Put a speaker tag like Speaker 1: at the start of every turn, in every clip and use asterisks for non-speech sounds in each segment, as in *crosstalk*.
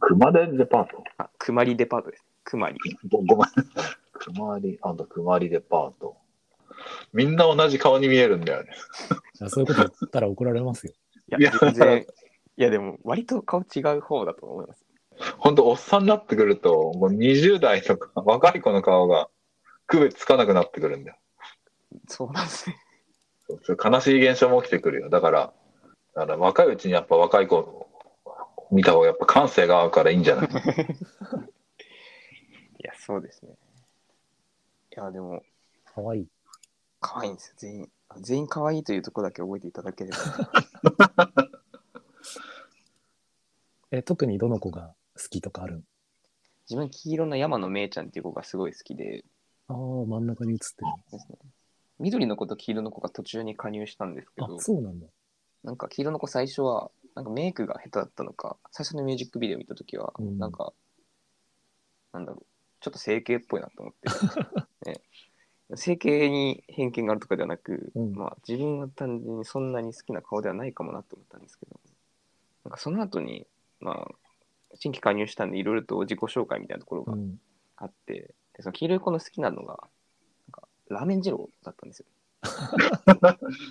Speaker 1: 熊手デパート
Speaker 2: あ、くまりデパートです。くまり。
Speaker 1: ごごめん。くまり、あんたくまりデパート。みんな同じ顔に見えるんだよね。
Speaker 3: やそういうこと言ったら怒られますよ。
Speaker 2: い
Speaker 1: いや
Speaker 2: や、全然。いや、でも、割と顔違う方だと思います。
Speaker 1: ほんと、おっさんになってくると、もう20代とか、若い子の顔が区別つかなくなってくるんだよ。
Speaker 2: そうなんですね。
Speaker 1: そうそう悲しい現象も起きてくるよ。だから、だから若いうちにやっぱ若い子見た方がやっぱ感性が合うからいいんじゃない
Speaker 2: いや、そうですね。いや、でも、
Speaker 3: かわいい。
Speaker 2: 可愛いんですよ、全員。あ全員可愛いというところだけ覚えていただけ *laughs* れば。
Speaker 3: え、特にどの子が好きとかある
Speaker 2: 自分、黄色の山のめいちゃんっていう子がすごい好きで、
Speaker 3: ああ、真ん中に映ってる。
Speaker 2: ですね、緑の子と黄色の子が途中に加入したんですけ
Speaker 3: あ
Speaker 2: ど、、
Speaker 3: そうなんだ。
Speaker 2: なんか黄色の子最初は、なんかメイクが下手だったのか、最初のミュージックビデオ見たときは、
Speaker 3: うん
Speaker 2: なんか、なんだろう、ちょっと整形っぽいなと思
Speaker 3: *laughs*
Speaker 2: って。ね整形に偏見があるとかではなく、
Speaker 3: うん
Speaker 2: まあ、自分は単純にそんなに好きな顔ではないかもなと思ったんですけど、なんかその後に、まあ、新規加入したんで、いろいろと自己紹介みたいなところ
Speaker 3: う
Speaker 2: が
Speaker 3: ん。
Speaker 2: あって、でその黄色い子の好きなのが、なんかラーメン二郎だったんですよ。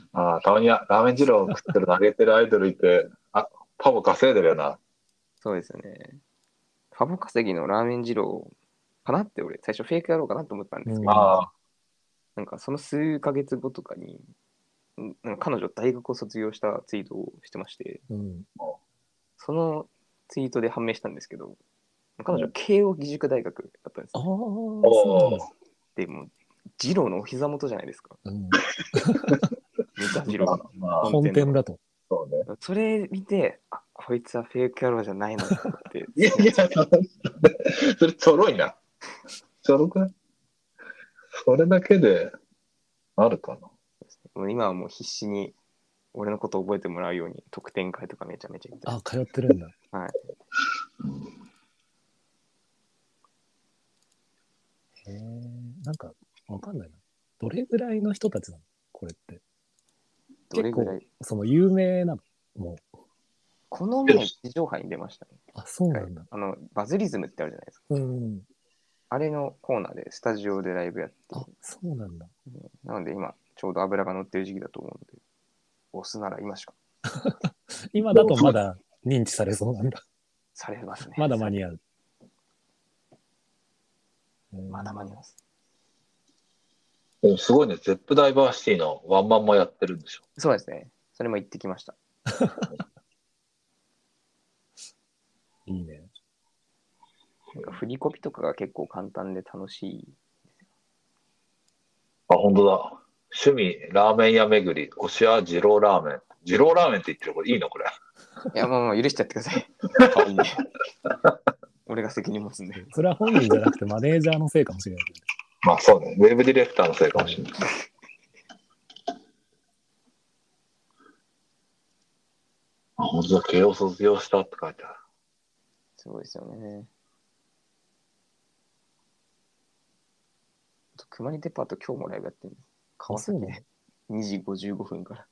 Speaker 1: *laughs* ああ、たまにラーメン二郎食ってる投げてるアイドルいて、あ、パボ稼いでるよな。
Speaker 2: そうですよね。ファボ稼ぎのラーメン二郎かなって俺、最初フェイクやろうかなと思ったんですけど、
Speaker 3: うん
Speaker 1: ああ、
Speaker 2: なんかその数ヶ月後とかに、んなんか彼女大学を卒業したツイートをしてまして、
Speaker 3: うん。
Speaker 2: そのツイートで判明したんですけど、彼女慶応義塾大学だったんです
Speaker 3: ああ、
Speaker 2: よ。
Speaker 3: そうなんだ。
Speaker 2: でもう二郎のお膝元じゃないですか。
Speaker 3: うん、
Speaker 2: 三田二
Speaker 1: まあ
Speaker 2: 郎、
Speaker 1: まあ、
Speaker 3: 本店だと。
Speaker 1: そうね。
Speaker 2: それ見て、あこいつはフェイク野郎じゃないなと思って。
Speaker 1: いやいや、それちょろいな。ちょろくないそれだけで、あるかな。
Speaker 2: もう今はもう必死に俺のことを覚えてもらうように特典会とかめちゃめちゃ行ってます
Speaker 3: あ、通ってるんだ。
Speaker 2: はい。
Speaker 3: へえ、なんか、わかんないな。どれぐらいの人たちなのこれって。
Speaker 2: どれぐらい
Speaker 3: その有名なのもう。
Speaker 2: この前地上波に出ましたね。
Speaker 3: あ、そうなんだ。
Speaker 2: あのバズリズムってあるじゃないですか。
Speaker 3: うん。
Speaker 2: あれのコーナーでスタジオでライブやって
Speaker 3: あ、そうなんだ。
Speaker 2: なので今ちょうど油が乗ってる時期だと思うので押すなら今しか
Speaker 3: 今だとまだ認知されそうなんだ。
Speaker 2: されますね。
Speaker 3: まだ間に合う。うん
Speaker 2: まだ間に合います。
Speaker 1: でもすごいね、ゼップダイバーシティのワンマンもやってるんでしょ。
Speaker 2: そうですね。それも行ってきました。
Speaker 3: いいね。
Speaker 2: なんか振りコピとかが結構簡単で楽しい。
Speaker 1: あ、本当だ。趣味、ラーメン屋巡り、推しは二郎ラーメン。二郎ラーメンって言ってるこれいいのこれ。
Speaker 2: いやもうもう許しちゃってくださ
Speaker 3: *laughs*
Speaker 2: い。可愛いね俺が責任持つんで。
Speaker 3: それは本人じゃなくてマネージャーのせいかもしれないけ
Speaker 1: まあそうね、ウェブディレクターのせいかもしれない。あ、本当だ、慶応卒業したって書いてある。
Speaker 2: すごいですよね。あと熊にデパート今日もライブやってるんです。川崎
Speaker 3: あ
Speaker 2: で2時55分から。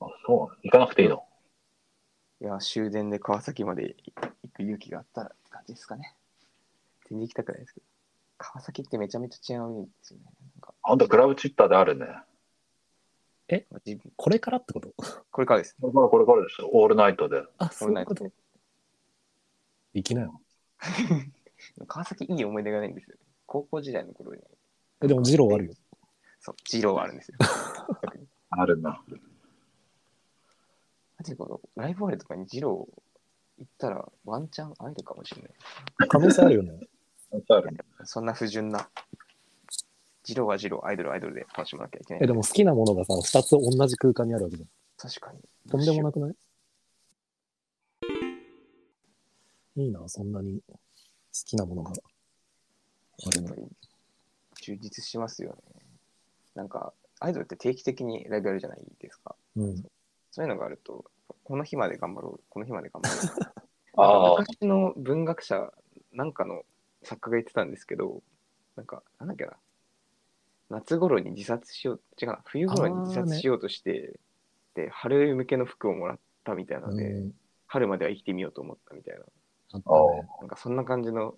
Speaker 1: あ、そうなの行かなくていいの
Speaker 2: いや、終電で川崎まで行く勇気があったらって感じですかね。全然行きたくないですけど。川崎ってめちゃめちゃ治安悪いんですよね。なんか
Speaker 1: あんたクラブチッターであるね。
Speaker 2: まあ自分
Speaker 3: ど。これからってこと
Speaker 2: これからです。
Speaker 1: これからこれからでしょ、オールナイトで。
Speaker 3: *laughs* あ、そういうこと。いきなよ。
Speaker 2: 川崎いい思い出がないんですよ。高校時代の頃に。
Speaker 3: え、でも二郎あるよ。
Speaker 2: そう、ジローはあるん
Speaker 3: *laughs*
Speaker 2: ですよ。
Speaker 1: あるな。
Speaker 2: マジでこのライブ終わりとかにジロー行ったらワンチャン会えるかもしれない。
Speaker 3: 可能性あるよね。
Speaker 1: あるね
Speaker 2: そんな不純な。ジローはジロー、アイドルはアイドルで楽しまなきゃいけな
Speaker 3: え、
Speaker 2: い。
Speaker 3: でも好きなものがさ、二つ同じ空間にあるわけじゃん。
Speaker 2: 確かに。
Speaker 3: とんでも
Speaker 2: な
Speaker 3: なくないいいな、そんなに好きなものが。あれ
Speaker 2: やっぱり充実しますよね。なんか、アイドルって定期的にライブやるじゃないですか。
Speaker 3: うん。
Speaker 2: そういうのがあると、この日まで頑張ろう、この日まで頑張ろう。
Speaker 1: ああ、
Speaker 2: 昔の文学者なんかの作家が言ってたんですけど、なんか、なんだっけな。夏頃に自殺しよう、違うな、冬頃に自
Speaker 3: あー
Speaker 2: 殺
Speaker 3: ね
Speaker 2: しようとして、で、春向けの服をもらったみたいなので、
Speaker 3: うん
Speaker 2: 春までは生きてみようと思ったみたいな、
Speaker 3: あった
Speaker 1: ああ
Speaker 3: ね。
Speaker 2: なんかそんな感じの、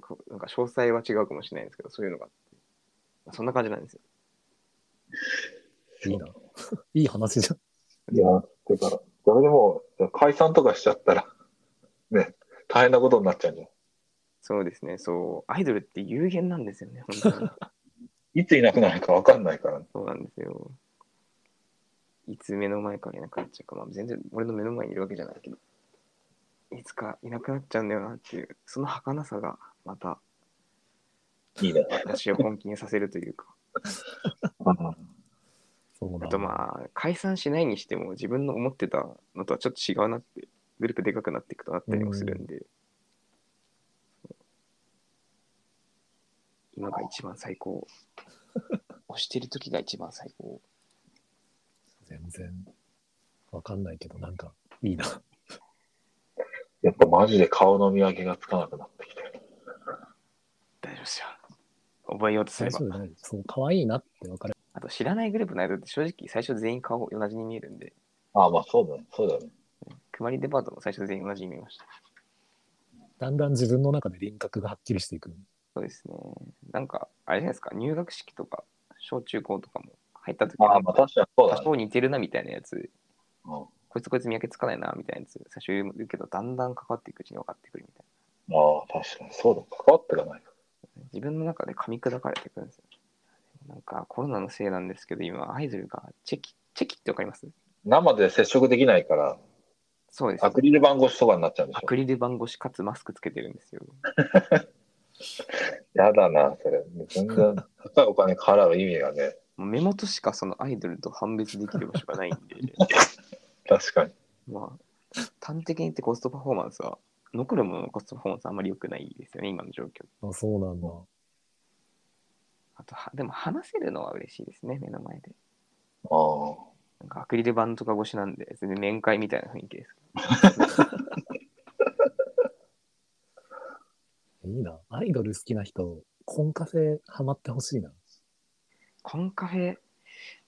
Speaker 2: こなんか詳細は違うかもしれないんですけど、そういうのがあって、そんな感じなんですよ。
Speaker 3: いいな。 *laughs* いい話じゃん。
Speaker 1: いや、だから、それでもう、解散とかしちゃったら、 *laughs* ね、大変なことになっちゃうんじゃん。
Speaker 2: そうですね、そう、アイドルって有限なんですよね、本当に。 *laughs*
Speaker 1: いついなくなるか分かんないから、
Speaker 2: そうなんですよ。いつ目の前からいなくなっちゃうか、まあ、全然俺の目の前にいるわけじゃないけど、いつかいなくなっちゃうんだよなっていう、その儚さがまた
Speaker 1: いいね。
Speaker 2: 私を本気にさせるというか、
Speaker 3: そうだ。
Speaker 2: あとまあ、解散しないにしても自分の思ってたのとはちょっと違うなって、グループでかくなっていくとなったりもするんで、今が一番最高。押してる時が一番最高。
Speaker 3: 全然、わかんないけど、なんか、いいな。
Speaker 1: やっぱマジで顔の見分けがつかなくなってきてる。
Speaker 2: 大丈夫ですよ。覚えようとすれ
Speaker 3: 大
Speaker 2: ば
Speaker 3: 丈。夫だよ。そう、可愛いなってわかる。
Speaker 2: あと知らないグループの間って正直最初全員顔同じに見えるんで、
Speaker 1: ああ、まあそうだね。そうだよね。
Speaker 2: くまりデパートも最初全員同じに見えました。
Speaker 3: だんだん自分の中で輪郭がはっきりしていく。
Speaker 2: そうですね。なんか、あれじゃないですか、入学式とか、小中高とかも入った時
Speaker 1: あ
Speaker 2: な
Speaker 1: あ、
Speaker 2: ん
Speaker 1: まあ
Speaker 2: か
Speaker 1: 確かにそう
Speaker 2: 多
Speaker 1: だね。
Speaker 2: 少似てるなみたいなやつ、
Speaker 1: うん
Speaker 2: こいつこいつ見分けつかないなみたいなやつ、最初言うけど、だんだん関わっていくうちに分かってくるみたい
Speaker 1: ああ、確かに。そうだ。関わってかない。
Speaker 2: な。自分の中で噛み砕かれていくんですよ。なんかコロナのせいなんですけど、今アイドルがチェキ、チェキってわかります
Speaker 1: 生で接触できないから、
Speaker 2: そうです、
Speaker 1: アクリル板越しとかになっちゃうんでし
Speaker 2: ア
Speaker 1: ょ
Speaker 2: ク。リル板越しかつマスクつけてるんですよ。
Speaker 1: やだな、それ。全然、高いお金払う意味がね、
Speaker 2: もう目元しかそのアイドルと判別できる場所がないんで、 *laughs*
Speaker 1: 確かに。
Speaker 2: まあ、端的に言ってコストパフォーマンスは、残るもののコストパフォーマンスはあんまり良くないですよね、今の状況。
Speaker 3: あ、そうなんだ。
Speaker 2: あとは、でも話せるのは嬉しいですね、目の前で。
Speaker 1: ああ。
Speaker 2: なんかアクリル板とか越しなんで、全然面会みたいな雰囲気です。
Speaker 3: いいな。アイドル好きな人、コンカフェハマってほしいな。
Speaker 2: コンカフェ、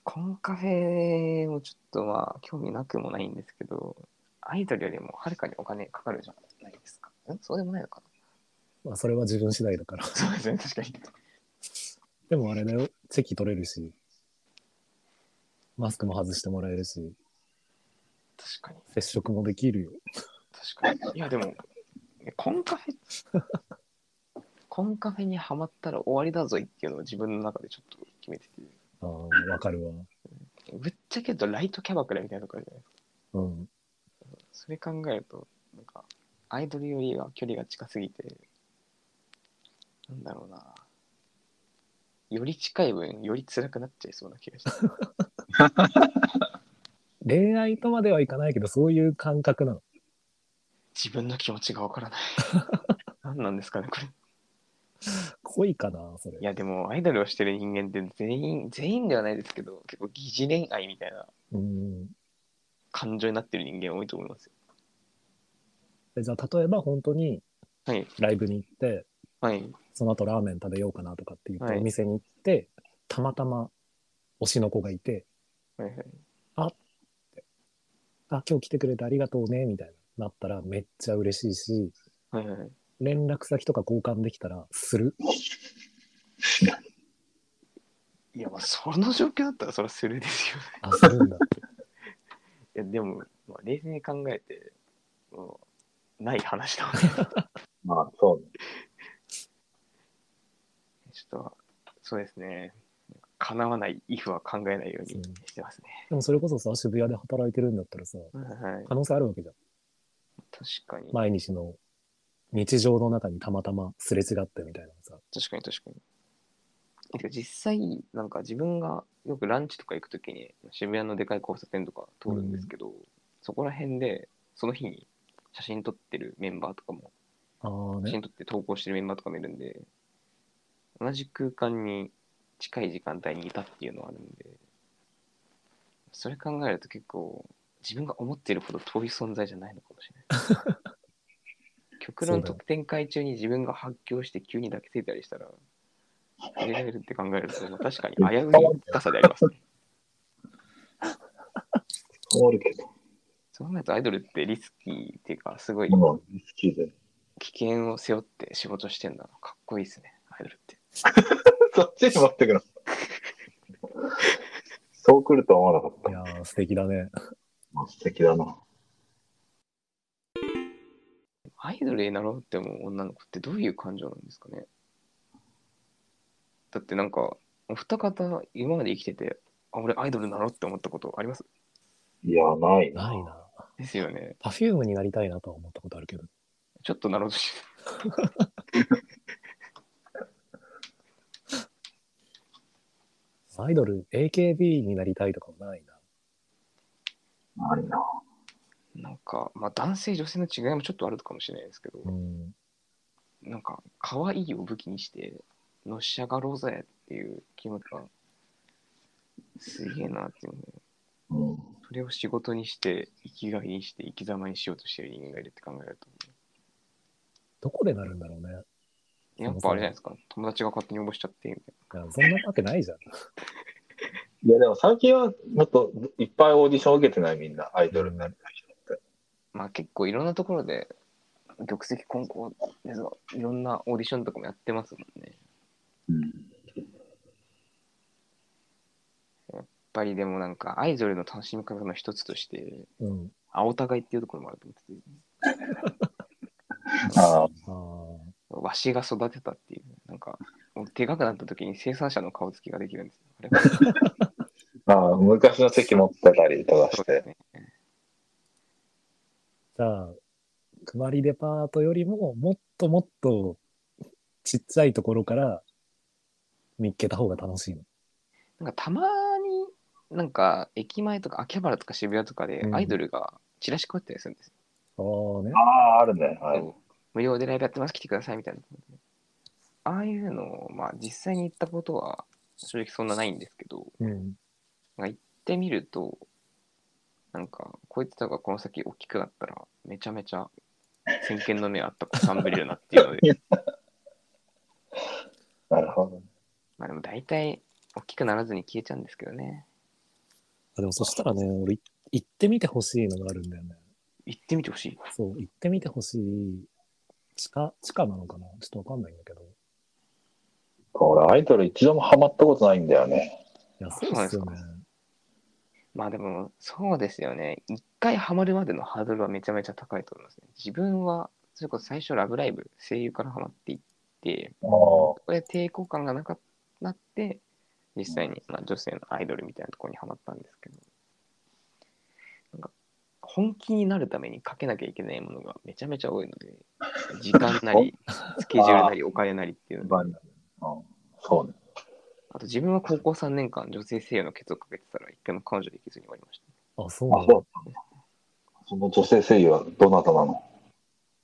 Speaker 2: コンカフェもちょっとまあ、興味なくもないんですけど、アイドルよりもはるかにお金かかるじゃないですか。んそうでもないのか
Speaker 3: まあ、それは自分次第だから。 *laughs*
Speaker 2: なそうですね、確かに。
Speaker 3: でもあれだよ。チェキ取れるし、マスクも外してもらえるし、
Speaker 2: 確かに。
Speaker 3: 接触もできるよ。
Speaker 2: 確かに。いや、でも、コンカフェ、コンカフェにはまったら終わりだぞいっていうのを自分の中でちょっと決めてて、
Speaker 3: ああ、わかるわ。
Speaker 2: ぶっちゃけ言うとライトキャバクラみたいなところじゃない
Speaker 3: うん。
Speaker 2: ですか。それ考えると、なんか、アイドルよりは距離が近すぎて、なんだろうな。より近い分、より辛くなっちゃいそうな気がして。
Speaker 3: 恋愛とまではいかないけど、そういう感覚なの。
Speaker 2: 自分の気持ちがわからない。 *laughs* 何なんですかね、これ。
Speaker 3: 恋かな、それ
Speaker 2: い。や、でも、アイドルをしてる人間って全員、全員ではないですけど、結構疑似恋愛みたいな
Speaker 3: うん。
Speaker 2: 感情になってる人間多いと思いますよ。
Speaker 3: でじゃあ、例えば本当に
Speaker 2: はい。
Speaker 3: ライブに行って、
Speaker 2: はい。
Speaker 3: その後ラーメン食べようかなとかって言っ
Speaker 2: は
Speaker 3: て、
Speaker 2: い
Speaker 3: お店に行って、たまたま推しの子がいて、
Speaker 2: はいはい。
Speaker 3: あ、今日来てくれてありがとうね、みたいな、なったらめっちゃ嬉しいし、
Speaker 2: はいはいはい。
Speaker 3: 連絡先とか交換できたらする。
Speaker 2: いや、まあ、その状況だったら、それはするですよね。
Speaker 3: あ、するんだ。
Speaker 2: いや、でも、まあ、冷静に考えて、もう、ない話だもんね。
Speaker 1: まあ、そうね。
Speaker 2: ちょっと、そうですね。叶わない、イフは考えないように
Speaker 3: うん
Speaker 2: してますね。
Speaker 3: *laughs* でもそれこそさ、渋谷で働いてるんだったらさ、
Speaker 2: はいはい。
Speaker 3: 可能性あるわけじゃん。
Speaker 2: 確かに。
Speaker 3: 毎日の日常の中にたまたますれ違ってみたいなさ。
Speaker 2: 確かに確かに。てか実際、なんか自分がよくランチとか行くときに渋谷のでかい交差点とか通るんですけど、そこら辺でその日に写真撮ってるメンバーとかも、
Speaker 3: ああ
Speaker 2: 写
Speaker 3: ね。
Speaker 2: 真撮って投稿してるメンバーとかもいるんで、同じ空間に近い時間帯にいたっていうのはあるんで、それ考えると結構自分が思っているほど遠い存在じゃないのかもしれない。極論
Speaker 3: そうだよ
Speaker 2: 特典会中に自分が発狂して急に抱きついたりしたら、入れられるって考えると、まあ確かに危うい深さでありますね。
Speaker 1: 変わるけど。
Speaker 2: そう考えるとアイドルってリスキーっていうか、すごい
Speaker 1: もう、好きで。 *laughs*
Speaker 2: 危険を背負って仕事してんだな。かっこいいですね、アイドルって。
Speaker 1: そっちに持ってくの。 *laughs* そう来るとは思わなか
Speaker 3: いやー、素敵だね。
Speaker 1: った。素敵だな。
Speaker 2: アイドルになろうって思う女の子ってどういう感情なんですかねだってなんか、お二方、今まで生きてて、あ、俺アイドルになろうって思ったことあります
Speaker 1: いや、ないな。
Speaker 3: ないな。
Speaker 2: ですよね。
Speaker 3: パフュームになりたいなとは思ったことあるけど。
Speaker 2: ちょっとなろうとして *laughs*
Speaker 3: アイドル、AKB になりたいとかもないな。
Speaker 1: ないな。
Speaker 2: なんか、まあ、男性女性の違いもちょっとあるかもしれないですけど、
Speaker 3: うん。
Speaker 2: なんか可愛いを武器にしてのし上がろうぜっていう気持ちがすげえなっていうね
Speaker 1: うん。
Speaker 2: それを仕事にして生きがいにして生き様にしようとしてる人間がいるって考えると
Speaker 3: どこでなるんだろうね。
Speaker 2: やっぱあれじゃないですか友達が勝手に応募しちゃってみたい
Speaker 3: いやそんなわけないじゃん。
Speaker 1: いや、でも最近はもっといっぱいオーディション受けてないみんな、アイドルになりたい人って。
Speaker 2: なまあ結構いろんなところで玉石混交ですがいろんなオーディションとかもやってますもんね
Speaker 1: うん。
Speaker 2: やっぱりでもなんかアイドルの楽しみ方の一つとして
Speaker 3: うん。
Speaker 2: あお互いっていうところもあると思ってて
Speaker 1: ああ、
Speaker 3: あー
Speaker 2: わしが育てたっていう、なんか、俺、でかくなった時に生産者の顔つきができるんですよ。あれは
Speaker 1: ああ昔の席持ってたりとか
Speaker 2: そう
Speaker 1: し
Speaker 2: です
Speaker 1: て。
Speaker 2: ね。
Speaker 3: じゃあ、くまりデパートよりも、もっともっと、ちっちゃいところから見っけた方が楽しいの。
Speaker 2: なんか、たまに、なんか、駅前とか秋葉原とか渋谷とかで
Speaker 3: う、ん
Speaker 2: アイドルがチラシ配ったりするんですよ。
Speaker 3: ああね
Speaker 1: あ。あ、あるね。はい。
Speaker 2: 無料でライブやってます、来てくださいみたいな。ああいうのを、まあ、実際に行ったことは、正直そんなないんですけど、行
Speaker 3: うん。
Speaker 2: ってみると、なんか、こいつらがこの先大きくなったら、めちゃめちゃ、先見の目あった子さんぶりるなっていうので、 *laughs*
Speaker 1: なるほど。
Speaker 2: まあでも大体大きくならずに消えちゃうんですけどね。
Speaker 3: あでもそしたらね、俺、い行ってみてほしいのがあるんだよね。
Speaker 2: 行ってみてほしい。
Speaker 3: そう、行ってみてほしい。地下、地下なのかなちょっとわかんないんだけど。い
Speaker 1: 俺、アイドル一度もハマったことないんだよね。
Speaker 3: や、そうっすよね。
Speaker 2: まあでもそうですよね。一回ハマるまでのハードルはめちゃめちゃ高いと思いますね。自分はそれこそ最初ラブライブ声優からハマっていって、
Speaker 1: ああ、
Speaker 2: これ抵抗感がなかなって実際にまあ女性のアイドルみたいなところにハマったんですけど、なんか本気になるためにかけなきゃいけないものがめちゃめちゃ多いの *laughs* で、時間な *laughs* りスケジュールなりお金なりっていうのが
Speaker 1: うんそうね。
Speaker 2: あと自分は高校3年間女性声優のケツをかけてたら一回も彼女できずに終わりました。
Speaker 3: あ、そう
Speaker 1: あ、
Speaker 3: な
Speaker 1: そ
Speaker 3: ん
Speaker 1: うだ。
Speaker 3: だ
Speaker 1: ったんだ。その女性声優はどなたなの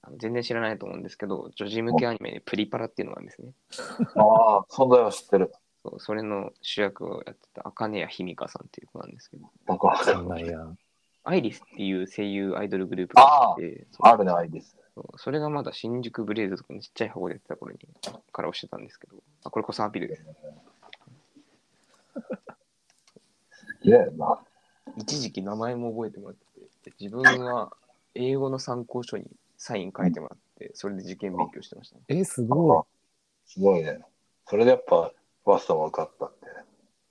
Speaker 2: あの全然知らないと思うんですけど、女児向けアニメでプリパラっていうのがあるんですね。
Speaker 1: ああ、存在は知ってる。
Speaker 2: そうそれの主役をやってた茜谷ひみかさんっていう子なんですけど、
Speaker 1: だか
Speaker 3: わか
Speaker 1: ら
Speaker 3: んないや。
Speaker 2: アイリスっていう声優アイドルグループがあって、そう
Speaker 1: あるね、アイリス。
Speaker 2: そうそれがまだ新宿ブレイズとかのちっちゃい箱でやってた頃にから押してたんですけど、あこれこそアピールです。
Speaker 1: いや、な。
Speaker 2: 一時期名前も覚えてもらってて、自分は英語の参考書にサイン書いてもらって、それで受験勉強してました、ね。
Speaker 3: え、すごい。
Speaker 1: すごいね。それでやっぱ、ファーストも受かったってね。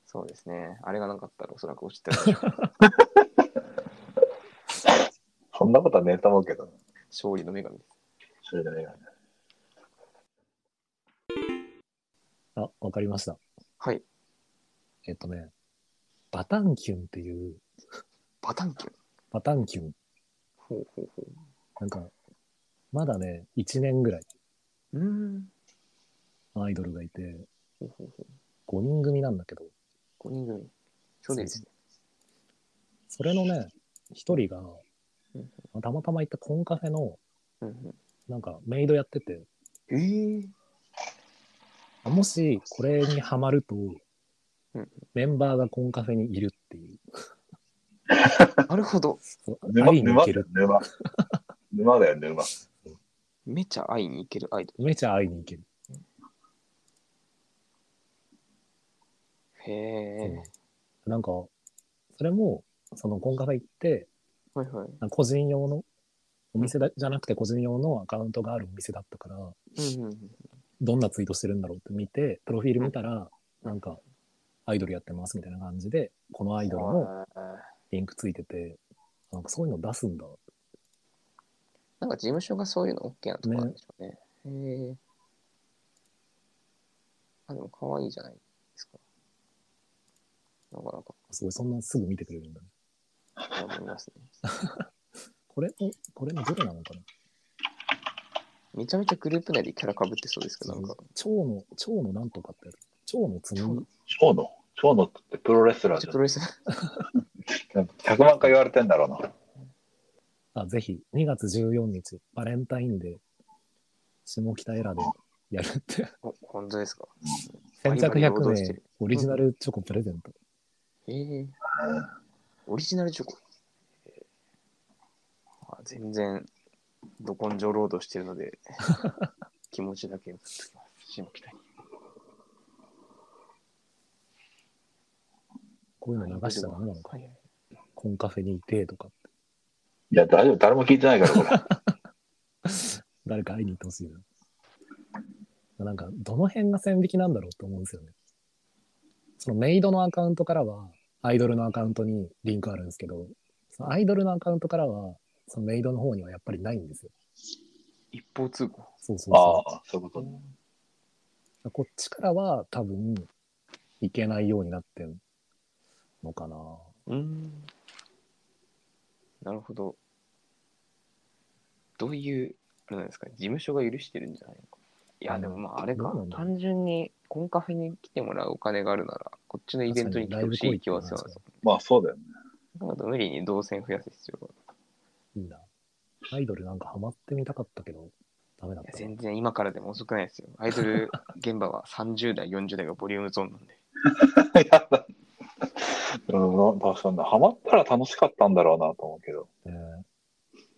Speaker 2: そうですね。あれがなかったらおそらく落ちてたでしょう。 *laughs*
Speaker 1: そんなことはねえと思うけどね。
Speaker 2: 勝利の女神です。
Speaker 1: それでね。
Speaker 3: あ、わかりました。
Speaker 2: はい。
Speaker 3: えっとね、バタンキュンっていう、
Speaker 2: バタンキュン。
Speaker 3: バタンキュン。
Speaker 2: ほうほうほ。
Speaker 3: なんか、まだね、1年ぐらいう
Speaker 2: うーん。
Speaker 3: アイドルがいて、
Speaker 2: ほうほうほ
Speaker 3: 5人組なんだけど、
Speaker 2: う。5人組。そうですね。
Speaker 3: それのね、1人が
Speaker 2: うん、
Speaker 3: たまたま行ったコンカフェの、
Speaker 2: うんうん
Speaker 3: なんかメイドやってて、
Speaker 2: えー、
Speaker 3: もしこれにハマると
Speaker 2: うん、
Speaker 3: メンバーがコンカフェにいるっていう、
Speaker 2: なるほ *laughs* ど。
Speaker 3: そう
Speaker 1: 沼、
Speaker 3: 会いに行
Speaker 1: 沼
Speaker 3: け
Speaker 1: だよ
Speaker 3: る、。
Speaker 1: 沼。沼だよ、沼。
Speaker 2: めちゃ会いに行けるアイド
Speaker 3: めちゃ会いに行ける。
Speaker 2: ル。へえ。
Speaker 3: なんか、それも、そのコンカフェ行って、
Speaker 2: はいはい。
Speaker 3: あ個人用のお店だ、じゃなくて個人用のアカウントがあるお店だったから、
Speaker 2: うんうんうん。
Speaker 3: どんなツイートしてるんだろうって見て、プロフィール見たら、なんか、アイドルやってますみたいな感じで、このアイドルのリンクついてて、なんかそういうの出すんだ。
Speaker 2: なんか事務所がそういうの OK なとこなんでしょうね。へえ。あ、でも可愛いじゃないですか。なかなか
Speaker 3: すごい、そんなすぐ見てくれるんだね。
Speaker 2: 思いますね。
Speaker 3: *laughs* これ、おこれのどれなのかな
Speaker 2: めちゃめちゃグループ内でキャラ被ってそうですけど、なんか。
Speaker 3: 蝶の、蝶のなんとかってやつ。蝶のつむ
Speaker 1: 蝶野蝶野ってプロレスラー
Speaker 2: ち
Speaker 1: じ
Speaker 2: ょ
Speaker 1: ゃ
Speaker 2: プロレス、
Speaker 1: ん。100万回言われてんだろうな。
Speaker 3: あ、ぜひ、2月14日、バレンタインデー、下北エラでやるって。
Speaker 2: お本当ですか。
Speaker 3: 先着
Speaker 2: 今労
Speaker 3: 100
Speaker 2: 働して
Speaker 3: 名
Speaker 2: る、
Speaker 3: オリジナルチョコプレゼント。
Speaker 2: へえ。オリジナルチョコ。あ全然、ど根性労働してるの
Speaker 3: *laughs*
Speaker 2: で、気持ちだけ移ってきます。下北に。
Speaker 3: こういうの流しちゃダメなのか。
Speaker 2: はいはい
Speaker 3: コンカフェにいてとか。
Speaker 1: いや、大丈夫。誰も聞いてないから、これ。
Speaker 3: 誰か会いに行ってほしいな。なんか、どの辺が線引きなんだろうと思うんですよね。そのメイドのアカウントからは、アイドルのアカウントにリンクあるんですけど、そのアイドルのアカウントからは、そのメイドの方にはやっぱりないんですよ。
Speaker 2: 一方通行。
Speaker 3: そうそう
Speaker 1: あ
Speaker 3: そ
Speaker 1: あ、そういうことね。
Speaker 3: う。こっちからは多分、いけないようになってんのかな。
Speaker 2: うーん。なるほど。どういう、あれなんですか、事務所が許してるんじゃないのか。いや、でもまあ、あれ
Speaker 3: ど
Speaker 2: か
Speaker 3: うなん、だろう
Speaker 2: 単純にコンカフェに来てもらうお金があるなら、こっちのイベントに来てほしい気はするんですよ。
Speaker 1: まあ、そうだよね。
Speaker 2: なんか無理に動線増やす必要が。
Speaker 3: いいな。アイドルなんかハマってみたかったけど、ダメだっ
Speaker 2: いや
Speaker 3: たな。
Speaker 2: 全然今からでも遅くないですよ。アイドル現場は30代、40代がボリュームゾーンなんで。
Speaker 1: やだ。うん、確かに、ハマったら楽しかったんだろうなと思うけど、
Speaker 3: えー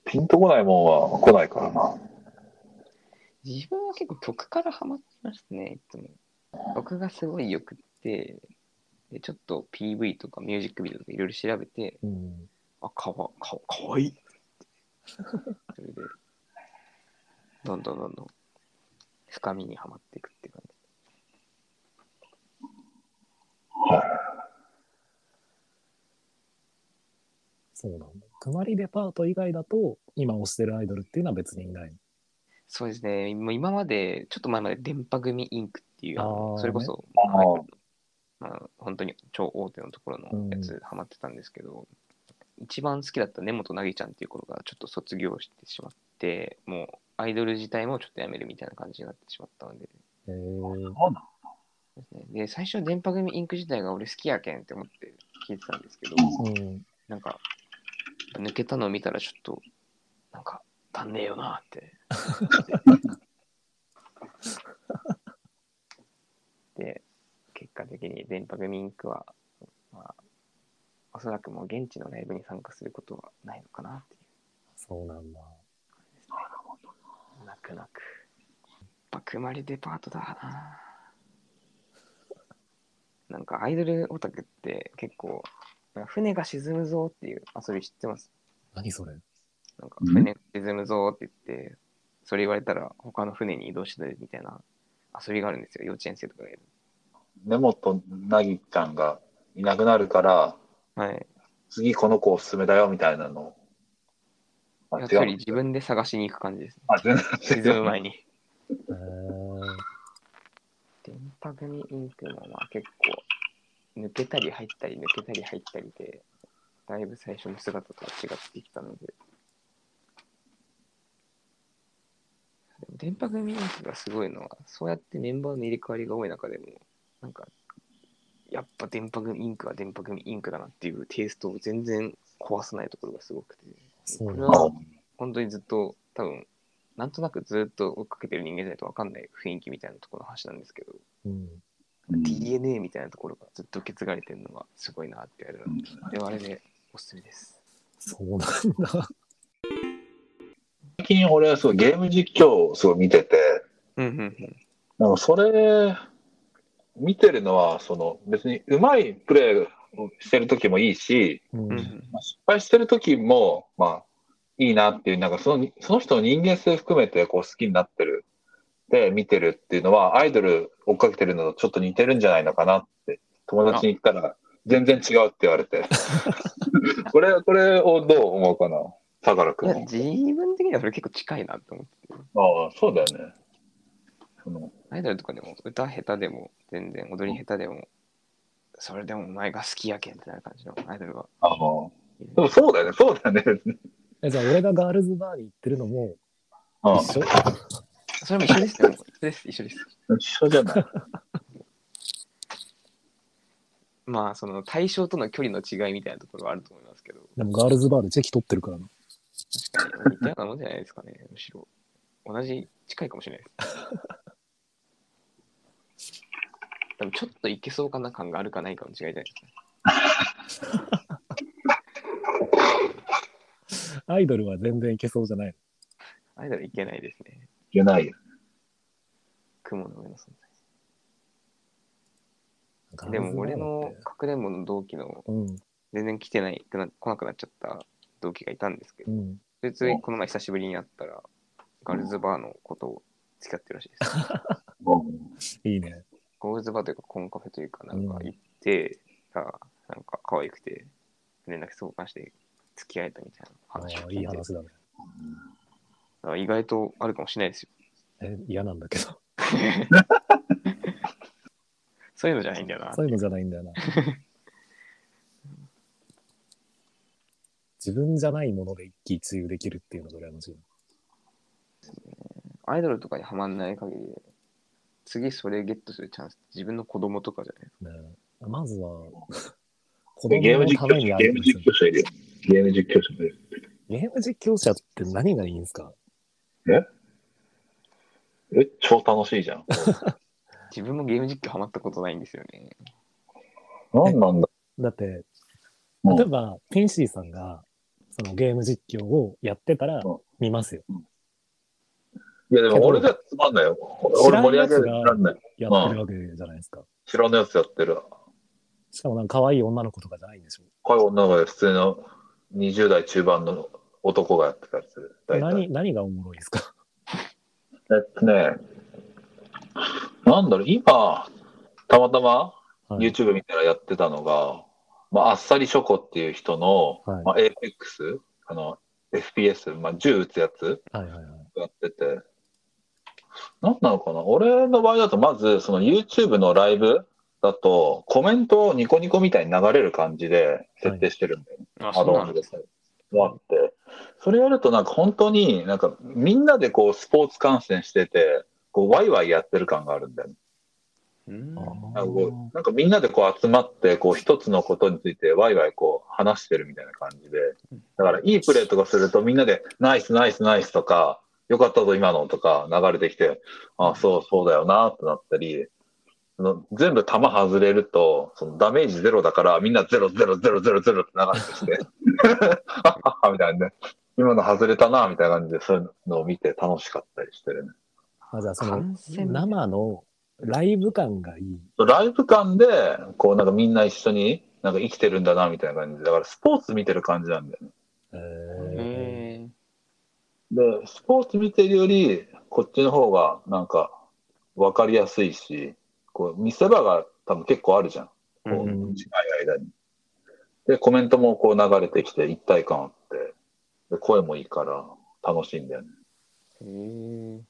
Speaker 1: ピンとこないもんは来ないからな。
Speaker 2: 自分は結構曲からハマってますね、いつも。僕がすごいよくって、でちょっと PV とかミュージックビデオとかいろいろ調べて、
Speaker 3: うん。
Speaker 2: あ、かわ、かわ、かわいい。それで、どんどんどんどん、深みにはまっていくって感じ。
Speaker 3: そうなんだ。くまりデパート以外だと、今推してるアイドルっていうのは別にいない。
Speaker 2: そうですね、もう今まで、ちょっと前まで、電波組インクっていう、あの
Speaker 3: あー
Speaker 2: それこそ、
Speaker 1: あー
Speaker 2: はいまあ、本当に超大手のところのやつ、ハマってたんですけど、一番好きだった根本凪ちゃんっていう子が、ちょっと卒業してしまって、もう、アイドル自体もちょっとやめるみたいな感じになってしまったので、
Speaker 3: へえー。
Speaker 1: そうな
Speaker 2: ですねで最初電波組インク自体が俺好きやけんって思って聞いてたんですけど
Speaker 3: うん。
Speaker 2: なんか抜けたのを見たらちょっとなんか足んねえよなってで結果的に電波組インクは、まあ、おそらくもう現地のライブに参加することはないのかなってい
Speaker 3: そうなんだ。
Speaker 2: う泣く泣くやっぱくまりデパートだななんかアイドルオタクって結構なんか船が沈むぞっていう遊び知ってます
Speaker 3: 何それ。
Speaker 2: なんか
Speaker 1: うん
Speaker 2: 船沈むぞって言って、それ言われたら他の船に移動してるみたいな遊びがあるんですよ、幼稚園生とかがやる。
Speaker 1: 根本なぎちゃんがいなくなるから、
Speaker 2: はい。
Speaker 1: 次この子おすすめだよみたいなの。あ、
Speaker 2: やっ
Speaker 1: 違
Speaker 2: ぱ
Speaker 1: う
Speaker 2: り
Speaker 1: の。
Speaker 2: 自分で探しに行く感じ *laughs* です、
Speaker 1: あ、全
Speaker 2: ね。
Speaker 1: 然
Speaker 2: 沈む前に。
Speaker 3: えー、
Speaker 2: 電波組インクもまあ結構抜けたり入ったり抜けたり入ったりで、だいぶ最初の姿とは違ってきたので。でも電波組インクがすごいのは、そうやってメンバーの入れ替わりが多い中でも、なんか、やっぱ電波組インクは電波組インクだなっていうテイストを全然壊さないところがすごくて、
Speaker 3: そう
Speaker 2: これ
Speaker 3: なんだ。
Speaker 2: は本当にずっと多分、なんとなくずっと追っかけてる人間じゃないと分かんない雰囲気みたいなところの話なんですけど、
Speaker 3: うん。
Speaker 1: うん
Speaker 2: DNA みたいなところがずっと受け継がれてるのがすごいなってあれな
Speaker 1: うん
Speaker 2: で、
Speaker 1: ん
Speaker 2: あれはあれでおすすめです。
Speaker 3: そうなんだ。
Speaker 1: 最近俺はそうゲーム実況をすごい見てて、
Speaker 2: うんうんうん。
Speaker 1: なんかそれ、見てるのは、その別にうまいプレイしてる時もいいし、
Speaker 3: うん
Speaker 2: うん
Speaker 1: まあ失敗してる時も、まあ、いいなっていう、なんかその、その人の人間性含めて、こう、好きになってる。で、見てるっていうのは、アイドル追っかけてるのとちょっと似てるんじゃないのかなって、友達に言ったら、全然違うって言われ
Speaker 3: *laughs*
Speaker 1: て。これ、これをどう思うかな、相良
Speaker 2: い
Speaker 1: 君
Speaker 2: や
Speaker 1: は。
Speaker 2: 自分的にはそれ結構近いなって思ってて
Speaker 1: ああ、そうだよね。その
Speaker 2: アイドルとかでも歌下手でも全然踊り下手でもそれでもお前が好きやけんってなる感じのアイドルが
Speaker 1: あの、でもそうだよね、そうだよね。
Speaker 3: えじゃあ俺がガールズバーに行ってるのも
Speaker 1: うん
Speaker 3: 一緒
Speaker 2: それも一緒
Speaker 3: *laughs*
Speaker 2: ですよ一緒です一緒です
Speaker 1: 一緒じゃない。
Speaker 2: まあその対象との距離の違いみたいなところはあると思いますけど
Speaker 3: でもガールズバーでチェキ取ってるからな。
Speaker 2: 確かに似たようなもんじゃないです
Speaker 3: *laughs*
Speaker 2: かねむしろ同じ近いかもしれない
Speaker 3: *laughs*
Speaker 2: ですでもちょっといけそうかな感があるかないかの違いじゃないですか
Speaker 3: アイドルは全然いけそうじゃない。
Speaker 2: アイドルいけないですね
Speaker 1: いけないよ。
Speaker 2: 雲の上の存在
Speaker 3: ガー
Speaker 2: で
Speaker 3: ルズバー
Speaker 2: も俺
Speaker 3: だっ
Speaker 2: の
Speaker 3: て。
Speaker 2: かくれんぼの同期の
Speaker 3: うん、
Speaker 2: 全然来てないくな来なくなっちゃった同期がいたんですけど
Speaker 3: うん。
Speaker 2: そいつこの前久しぶりに会ったらガールズバーのことを付き合ってるらしいです
Speaker 1: うん
Speaker 3: いいね。
Speaker 2: ゴールズバーというかコンカフェというかなんか行って、あなんか可愛くて連絡交換して付き合えたみたいな
Speaker 3: あ
Speaker 2: 話を
Speaker 3: あ、
Speaker 2: 聞い
Speaker 3: い
Speaker 2: て
Speaker 3: い話だね。
Speaker 2: だから意外とあるかもしれないですよ
Speaker 3: え、嫌なんだけど。
Speaker 2: そういうのじゃないんだよな
Speaker 3: そういうのじゃないんだよな。自分じゃないもので一喜一憂できるっていうのが羨ましいな。
Speaker 2: アイドルとかにはまんない限り次それゲットするチャンスって自分の子供とかじゃないですか
Speaker 3: ねえまずは、子
Speaker 1: でゲーム
Speaker 3: 供の
Speaker 1: 実
Speaker 3: た
Speaker 1: 況
Speaker 3: めに
Speaker 1: 者、
Speaker 3: ア
Speaker 1: ゲ
Speaker 3: イ
Speaker 1: ー
Speaker 3: ド
Speaker 1: ム
Speaker 3: ルす
Speaker 1: 実
Speaker 3: る
Speaker 1: 況者いるよ。ゲーム実況者いる。
Speaker 3: ゲーム実況者って何がいいんですか
Speaker 1: え、超楽しいじゃん。
Speaker 2: 自分もゲーム実況ハマったことないんですよね
Speaker 1: 何なんだ
Speaker 3: だって、
Speaker 1: うん
Speaker 3: 例えば、テンシーさんが、そのゲーム実況をやってたら
Speaker 1: うん
Speaker 3: 見ますよ。
Speaker 1: *laughs* いやでも俺じゃつまんないよ。俺盛り上げる
Speaker 3: 知らんやつが
Speaker 1: 知らんない。
Speaker 3: やってるわけじゃないですか。
Speaker 1: 知らんやつやってる。
Speaker 3: しかもなんか可愛い女の子とかじゃないんでしょ。
Speaker 1: こういう女の子で普通の20代中盤の男がやってたやつ。大体
Speaker 3: 何、何がおもろいですか
Speaker 1: えっとね、なんだろう、今、たまたま
Speaker 3: はい
Speaker 1: YouTube 見たらやってたのが、まあ、あっさりショコっていう人の、
Speaker 3: はい
Speaker 1: まあ、APEX、あの、FPS、まあ、銃撃つやつ
Speaker 3: はいはいはい。
Speaker 1: やってて、なんなのかな俺の場合だと、まず、その YouTube のライブだと、コメントをニコニコみたいに流れる感じで設定してるんだよね。
Speaker 2: あ
Speaker 1: アドオンでさ、もあって、それやるとなんか本当になんかみんなでこうスポーツ観戦してて、こうワイワイやってる感があるんだよね。
Speaker 2: うん
Speaker 3: あー
Speaker 1: なんかこうなんかみんなでこう集まって、こう一つのことについてワイワイこう話してるみたいな感じで、だからいいプレーとかするとみんなでナイスナイスナイスとか、よかったぞ今のとか流れてきて、あ、そうそうだよなってなったり、その全部球外れると、そのダメージゼロだからみんなゼロゼロゼロゼロゼロって流れてきて、 *laughs* あははみたいなね。今の外れたなみたいな感じでそういうのを見て楽しかったりしてるね。
Speaker 3: あ、じゃあその、
Speaker 2: 感染
Speaker 3: 生のライブ感がいい。
Speaker 1: ライブ感で、こうなんかみんな一緒になんか生きてるんだなみたいな感じで、だからスポーツ見てる感じなんだよね。
Speaker 3: えー
Speaker 2: へー
Speaker 1: で、スポーツ見てるより、こっちの方がなんか分かりやすいし、こう見せ場が多分結構あるじゃん。こ
Speaker 2: うん
Speaker 1: う近い間に。で、コメントもこう流れてきて一体感あって、で声もいいから楽しいんだよね。
Speaker 2: へえ。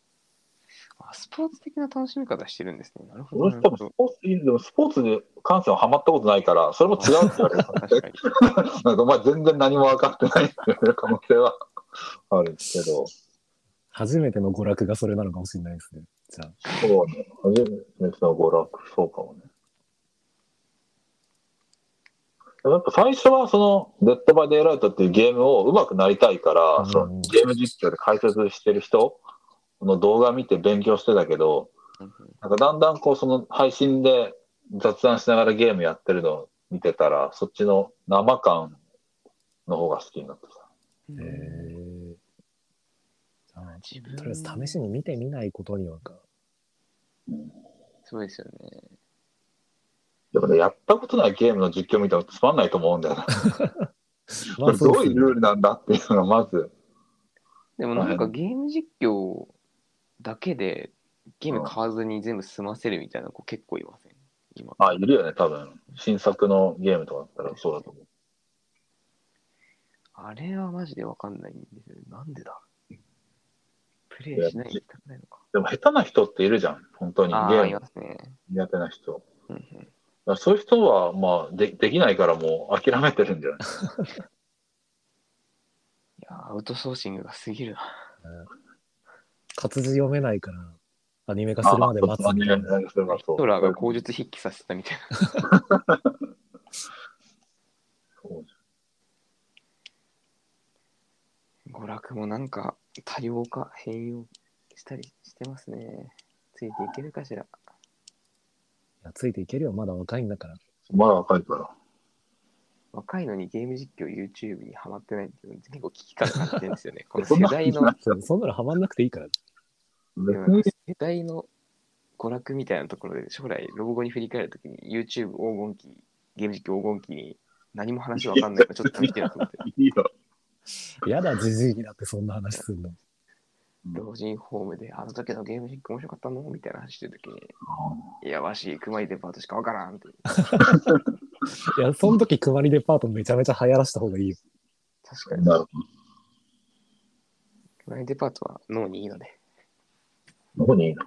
Speaker 2: あ、スポーツ的な楽しみ方してるんですね。なるほ
Speaker 1: 俺
Speaker 2: ど。な
Speaker 1: 多
Speaker 2: る
Speaker 1: 分スポ
Speaker 2: ほど
Speaker 1: ーツ、でもスポーツで感性はハマったことないから、それも違うって言われる。
Speaker 2: 確かに。
Speaker 1: なんかまあ全然何も分かってないっていう可能性はあるけど、
Speaker 3: 初めての娯楽がそれなのかもしれないですね。じゃあ、
Speaker 1: そうね、初めての娯楽、そうかもね。やっぱ最初はその、デッドバイデイライトっていうゲームを上手くなりたいから、
Speaker 3: うん
Speaker 1: そのゲーム実況で解説してる人の動画見て勉強してたけど、なんかだんだんこうその配信で雑談しながらゲームやってるのを見てたら、そっちの生感の方が好きになってた。
Speaker 3: え
Speaker 2: うん
Speaker 3: ーじゃあ
Speaker 2: 自
Speaker 3: とりあえず
Speaker 2: 分
Speaker 3: 試しに見てみないことにはか。
Speaker 2: そうですよね。
Speaker 1: でもね、やったことないゲームの実況見てもつまんないと思うんだよな。
Speaker 3: ま
Speaker 1: こ
Speaker 3: あ
Speaker 1: れ
Speaker 3: そ
Speaker 1: どう
Speaker 3: う
Speaker 1: いう
Speaker 3: です
Speaker 1: ルー
Speaker 3: ね。
Speaker 1: ルなんだっていうのがまず、
Speaker 2: でもなんかゲーム実況だけでゲーム買わずに全部済ませるみたいな子結構いません今。
Speaker 1: あ、いるよね、多分。新作のゲームとかだったらそうだと思う。
Speaker 2: あれはマジでわかんないんですよ。なんでだプレイしない
Speaker 1: いや
Speaker 2: したくないのか。
Speaker 1: でも下手な人っているじゃん、本当に。ゲ
Speaker 2: ああ、い
Speaker 1: ーム
Speaker 2: ますね。
Speaker 1: 苦手な人。だか
Speaker 2: うんうん
Speaker 1: らそういう人は、まあで、できないからもう諦めてるんじゃない
Speaker 2: いや、アウトソーシングが過ぎるな。
Speaker 3: 活字読めないから、アニメ化するまで待つみたいな。
Speaker 1: あそうそう
Speaker 2: ヒトラーが口述筆記させたみたいな。
Speaker 1: そう
Speaker 2: 娯楽もなんか多様化、変容したりしてますね。ついていけるかしら。
Speaker 3: いやついていけるよ、まだ若いんだから。
Speaker 1: まだ若いから。
Speaker 2: 若いのにゲーム実況 YouTube にハマってないっていうの結構危機感感じてるんですよね。この
Speaker 1: そ
Speaker 2: 世
Speaker 1: んな
Speaker 2: 代の
Speaker 3: そうそんなのハマんなくていいから。
Speaker 1: 別
Speaker 2: でも
Speaker 1: に
Speaker 2: 世代の娯楽みたいなところで将来老後に振り返るときに YouTube 黄金期ゲーム実況黄金期に何も話わかんないからちょっと見てなくなって
Speaker 1: いいよ。
Speaker 3: やだ、じじいになってそんな話すんの。
Speaker 2: 老人ホームであの時のゲーム実況面白かったのみたいな話してるときにいやわし熊井デパートしかわからんって
Speaker 3: いや、その時、くまりデパートめちゃめちゃ流行らした方がいいよ。
Speaker 2: 確かに
Speaker 1: なる
Speaker 2: 熊井デパートは脳にいいので
Speaker 1: ほど。どこにいいの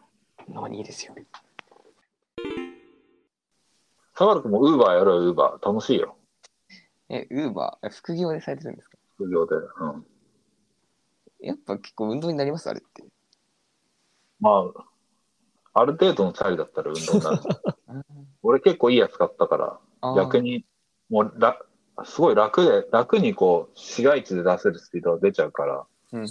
Speaker 2: 脳にいいですよ
Speaker 1: 相良君もウーバーやろうよ、ウーバー。楽しいよ。
Speaker 2: えウーバー副業でされてるんですか
Speaker 1: 副業で。うん。
Speaker 2: やっぱ結構運動になりますあれって
Speaker 1: まあ、ある程度のチャリだったら運動になる。
Speaker 2: *laughs*
Speaker 1: 俺結構いいやつ買ったから、
Speaker 2: あー
Speaker 1: 逆に、もうら、すごい楽で、楽にこう、市街地で出せるスピードが出ちゃうから、
Speaker 2: うんうん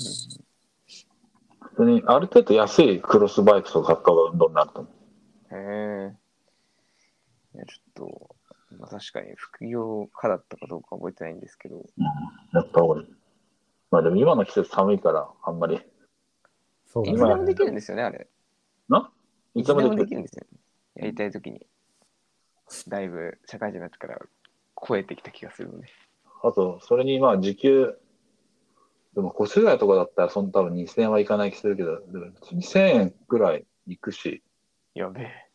Speaker 1: 普通にある程度安いクロスバイクとか買った方が運動になると思う。
Speaker 2: へえ。いや、ちょっと、まあ、確かに副業家だったかどうか覚えてないんですけど、
Speaker 1: やった方がいい。まあでも今の季節寒いから、あんまり。
Speaker 3: そう
Speaker 2: い
Speaker 3: だ
Speaker 2: つ
Speaker 3: ね。
Speaker 2: でもできるんですよね、あれ。
Speaker 1: い
Speaker 2: い
Speaker 1: つ
Speaker 2: つ
Speaker 1: で
Speaker 2: で
Speaker 1: も
Speaker 2: も
Speaker 1: で
Speaker 2: で
Speaker 1: き
Speaker 2: き
Speaker 1: る。
Speaker 2: るんですよ、ね。やりたいときに。だいぶ社会人になってから超えてきた気がするので。
Speaker 1: あと、それにまあ時給、でも越谷とかだったら、その多分2000円はいかない気するけど、でも2000円ぐらい行くし、
Speaker 2: やべえ。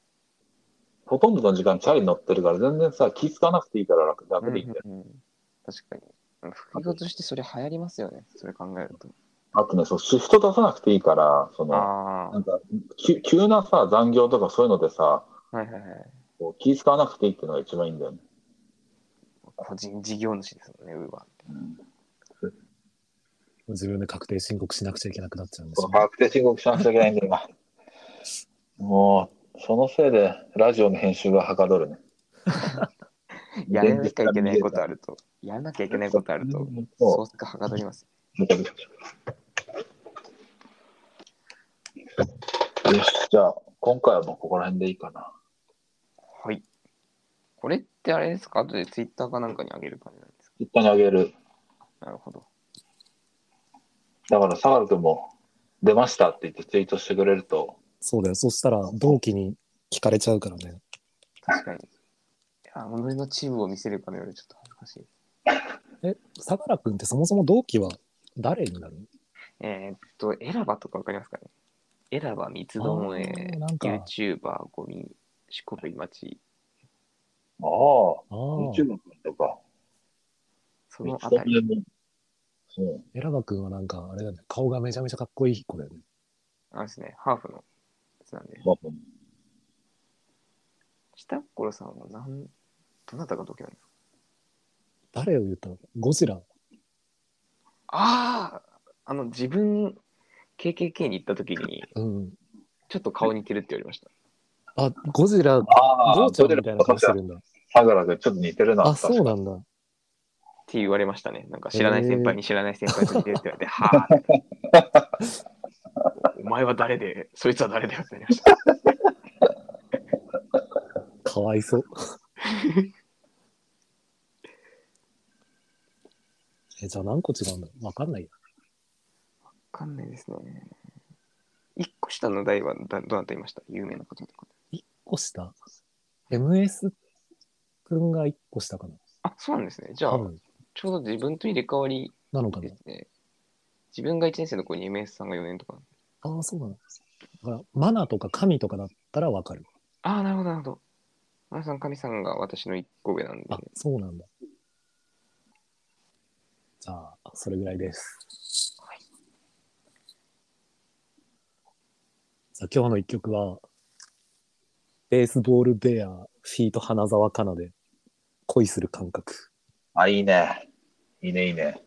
Speaker 1: ほとんどの時間チャリ乗ってるから、全然さ、気使わなくていいから楽楽でいいんだよ。
Speaker 2: うんうんうん確かに。副業としてそれ流行りますよね、それ考えると。
Speaker 1: あとね、そう、シフト出さなくていいから、その、
Speaker 2: あ
Speaker 1: なんか、急急なさ、残業とかそういうのでさ、
Speaker 2: あ、はいはいはい。
Speaker 1: こう気使わなくていいっていうのが一番いいんだよね。
Speaker 2: 個人事業主ですもんね、ウーバーって。
Speaker 3: 自分で確定申告しなくちゃいけなくなっちゃうんでし
Speaker 1: こ
Speaker 3: ょ
Speaker 1: の。確定申告しなくちゃいけないんだよ、 *laughs* 今。もう、そのせいで、ラジオの編集がはかどる *laughs* ね。
Speaker 2: やらなきゃいけないことあると、やらなきゃいけないことあると、
Speaker 1: そ
Speaker 2: 創作はかどります。
Speaker 1: うよし、じゃあ、今回はもうここら辺でいいかな。
Speaker 2: はい。これってあれですか後でツイッターかなんかにあげる感じなんですか
Speaker 1: 一旦あげる。
Speaker 2: なるほど。
Speaker 1: だから、相良君も、出ましたって言ってツイートしてくれると、
Speaker 3: そうだよ。そしたら、同期に聞かれちゃうからね。
Speaker 2: 確かに。いや、己のチームを見せるかのようでちょっと恥ずかしい。
Speaker 3: え、相良くんってそもそも同期は誰になる
Speaker 2: えーっと、エラバとかわかりますかねエラバ三つどもえ
Speaker 3: あーなん、か
Speaker 2: YouTuber ゴミ、しこぶい町。
Speaker 1: ああ、
Speaker 3: ああ、
Speaker 1: YouTube とか、
Speaker 2: そのあたり。
Speaker 1: も。そう。
Speaker 3: エラバくんはなんか、あれだね。顔がめちゃめちゃかっこいい子だよね。
Speaker 2: あれですね、ハーフのやつなんで。
Speaker 1: まあ
Speaker 2: 下心さんは何、どなたが同期なんですか
Speaker 3: 誰を言ったのゴジラ。
Speaker 2: あああの、自分、KKK に行った時に、
Speaker 3: うん。
Speaker 2: ちょっと顔似てるって言われました。
Speaker 3: あ、ゴジラ、ゴ
Speaker 1: あ
Speaker 3: ー
Speaker 1: あ、
Speaker 3: ちゃ
Speaker 1: そ
Speaker 3: ん
Speaker 1: れ
Speaker 3: み
Speaker 1: で
Speaker 3: たい
Speaker 1: も
Speaker 3: な顔
Speaker 1: 確
Speaker 3: して
Speaker 1: かに
Speaker 3: るんだ。
Speaker 1: 相良君ちょっと似てるな。
Speaker 3: あ、そ
Speaker 1: 確
Speaker 3: う
Speaker 1: か
Speaker 3: なんだ。
Speaker 2: って言われましたね。なんか知らない先輩に知らない先輩と似てるって言われ *laughs* て、はあ。お前は誰で、そいつは誰だよってなりました。
Speaker 3: かわいそう。 *laughs* え、じゃあ何個違うんだろうわかんないや。
Speaker 2: わかんないですね。一個下の代はだどなたいました有名な方とか。
Speaker 3: 一個下。MS くんが1個下かな。
Speaker 2: あ、そうなんですね。じゃ
Speaker 3: 多
Speaker 2: あ、
Speaker 3: 分、
Speaker 2: ちょうど自分と入れ替わり
Speaker 3: なのかな
Speaker 2: で。すね。自分が1年生の頃に MS さんが4年とか。
Speaker 3: ああ、そうなんです。だから、マナとか神とかだったらわかる。
Speaker 2: ああ、なるほど、なるほど。マナさん、神さんが私の1個上なんで
Speaker 3: あ、、そうなんだ。じゃあ、それぐらいです。
Speaker 2: はい
Speaker 3: さあ、今日の一曲は、ベースボールベア、フィート花澤香菜で、恋する感覚。
Speaker 1: あ、いいね。いいね、いいね。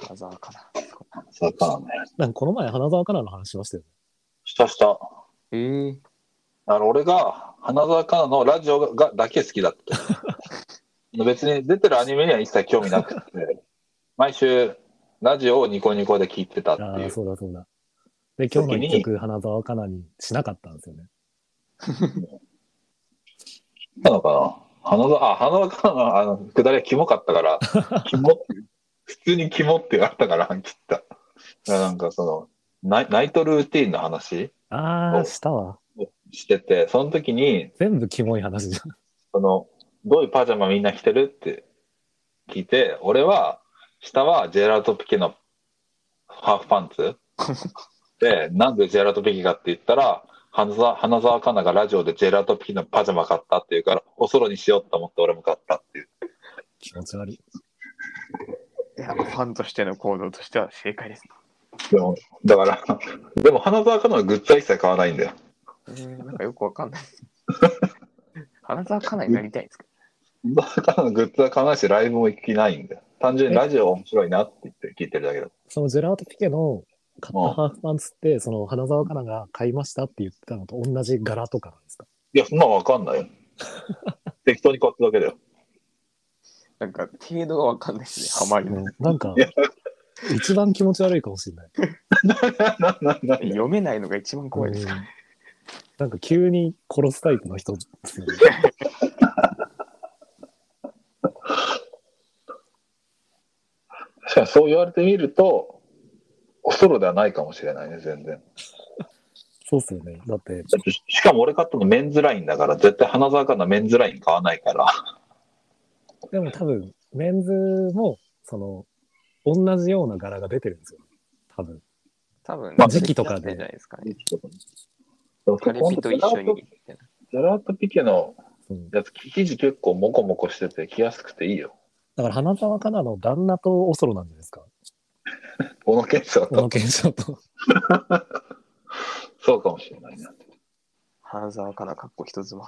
Speaker 2: 花沢かな。
Speaker 1: そうかね。
Speaker 3: なんかこの前、花澤香菜の話しましたよね。
Speaker 1: したした。
Speaker 2: えー、
Speaker 1: あの、俺が、花澤香菜のラジオが、だけ好きだった。あの別に出てるアニメには一切興味なくて、毎週、ラジオをニコニコで聞いてたって
Speaker 3: あ
Speaker 1: い
Speaker 3: あ、
Speaker 1: う。
Speaker 3: そうだそうだ。で、今日の一
Speaker 1: 時
Speaker 3: 曲、花澤香菜にしなかったんですよね。
Speaker 1: なのかな花澤、あ、花澤香菜の、あの、くだりはキモかったから、キモって、普通にキモって言われたから、切った。だからなんかそのナイ、ナイトルーティンの話
Speaker 3: ああ、
Speaker 1: お
Speaker 3: したわ。
Speaker 1: してて、その時に、
Speaker 3: 全部キモい話じゃん。
Speaker 1: その、どういうパジャマみんな着てるって聞いて、俺は、下はジェラートピケのハーフパンツで、なんでジェラートピケかって言ったら、花澤花澤香菜がラジオでジェラートピケのパジャマ買ったっていうから、おそろにしようと思って俺も買ったっていう。
Speaker 3: 気持ち悪い。
Speaker 2: いや、ファンとしての行動としては正解ですね。
Speaker 1: でも、だから、 *laughs* でも花澤香菜のグッズは一切買わないんだよ。
Speaker 2: えー、なんかよくわかんない。 *laughs* 花沢かなりなりたいですけ
Speaker 1: 花澤香菜のグッズは買わないし、ライブも行きないんだよ。単純にラジオ面白いなって言って聞いてるだけだ。
Speaker 3: そのジェラートピケの買ったハーフパンツって、その花澤香菜が買いましたって言ってたのと同じ柄とかなんですか
Speaker 1: いや、そんなのわかんないよ。適当に買っただけだよ。
Speaker 2: ど。なんか、程度がわかんないですね。ハマりの。
Speaker 3: ねなんか、一番気持ち悪いかもしれない。
Speaker 1: *laughs* ななな
Speaker 2: 読めないのが一番怖いですからね。
Speaker 3: なんか急に殺すタイプの人ですよね。
Speaker 1: 確かにそう言われてみると、おソロではないかもしれないね、全然。
Speaker 3: そうっすよね。だって、
Speaker 1: だってししかも俺買ったのメンズラインだから、絶対花澤香菜メンズライン買わないから。
Speaker 3: でも多分、メンズも、その、同じような柄が出てるんですよ。多分。
Speaker 2: 多分、
Speaker 1: まあ
Speaker 3: 時期とかで
Speaker 2: じゃないですかね。
Speaker 1: カ
Speaker 2: カレピと一緒にみたいな。
Speaker 1: ジェラートピケの
Speaker 3: うん
Speaker 1: やつ、生地結構モコモコしてて、着やすくていいよ。
Speaker 3: だから、花澤香菜の旦那とおそろなんじゃないです
Speaker 2: *laughs*
Speaker 3: か。
Speaker 1: 小野健さん
Speaker 3: 小野
Speaker 1: と。
Speaker 3: 賢章と。
Speaker 1: そうかもしれないな。
Speaker 2: 花沢かな、かっこ人妻。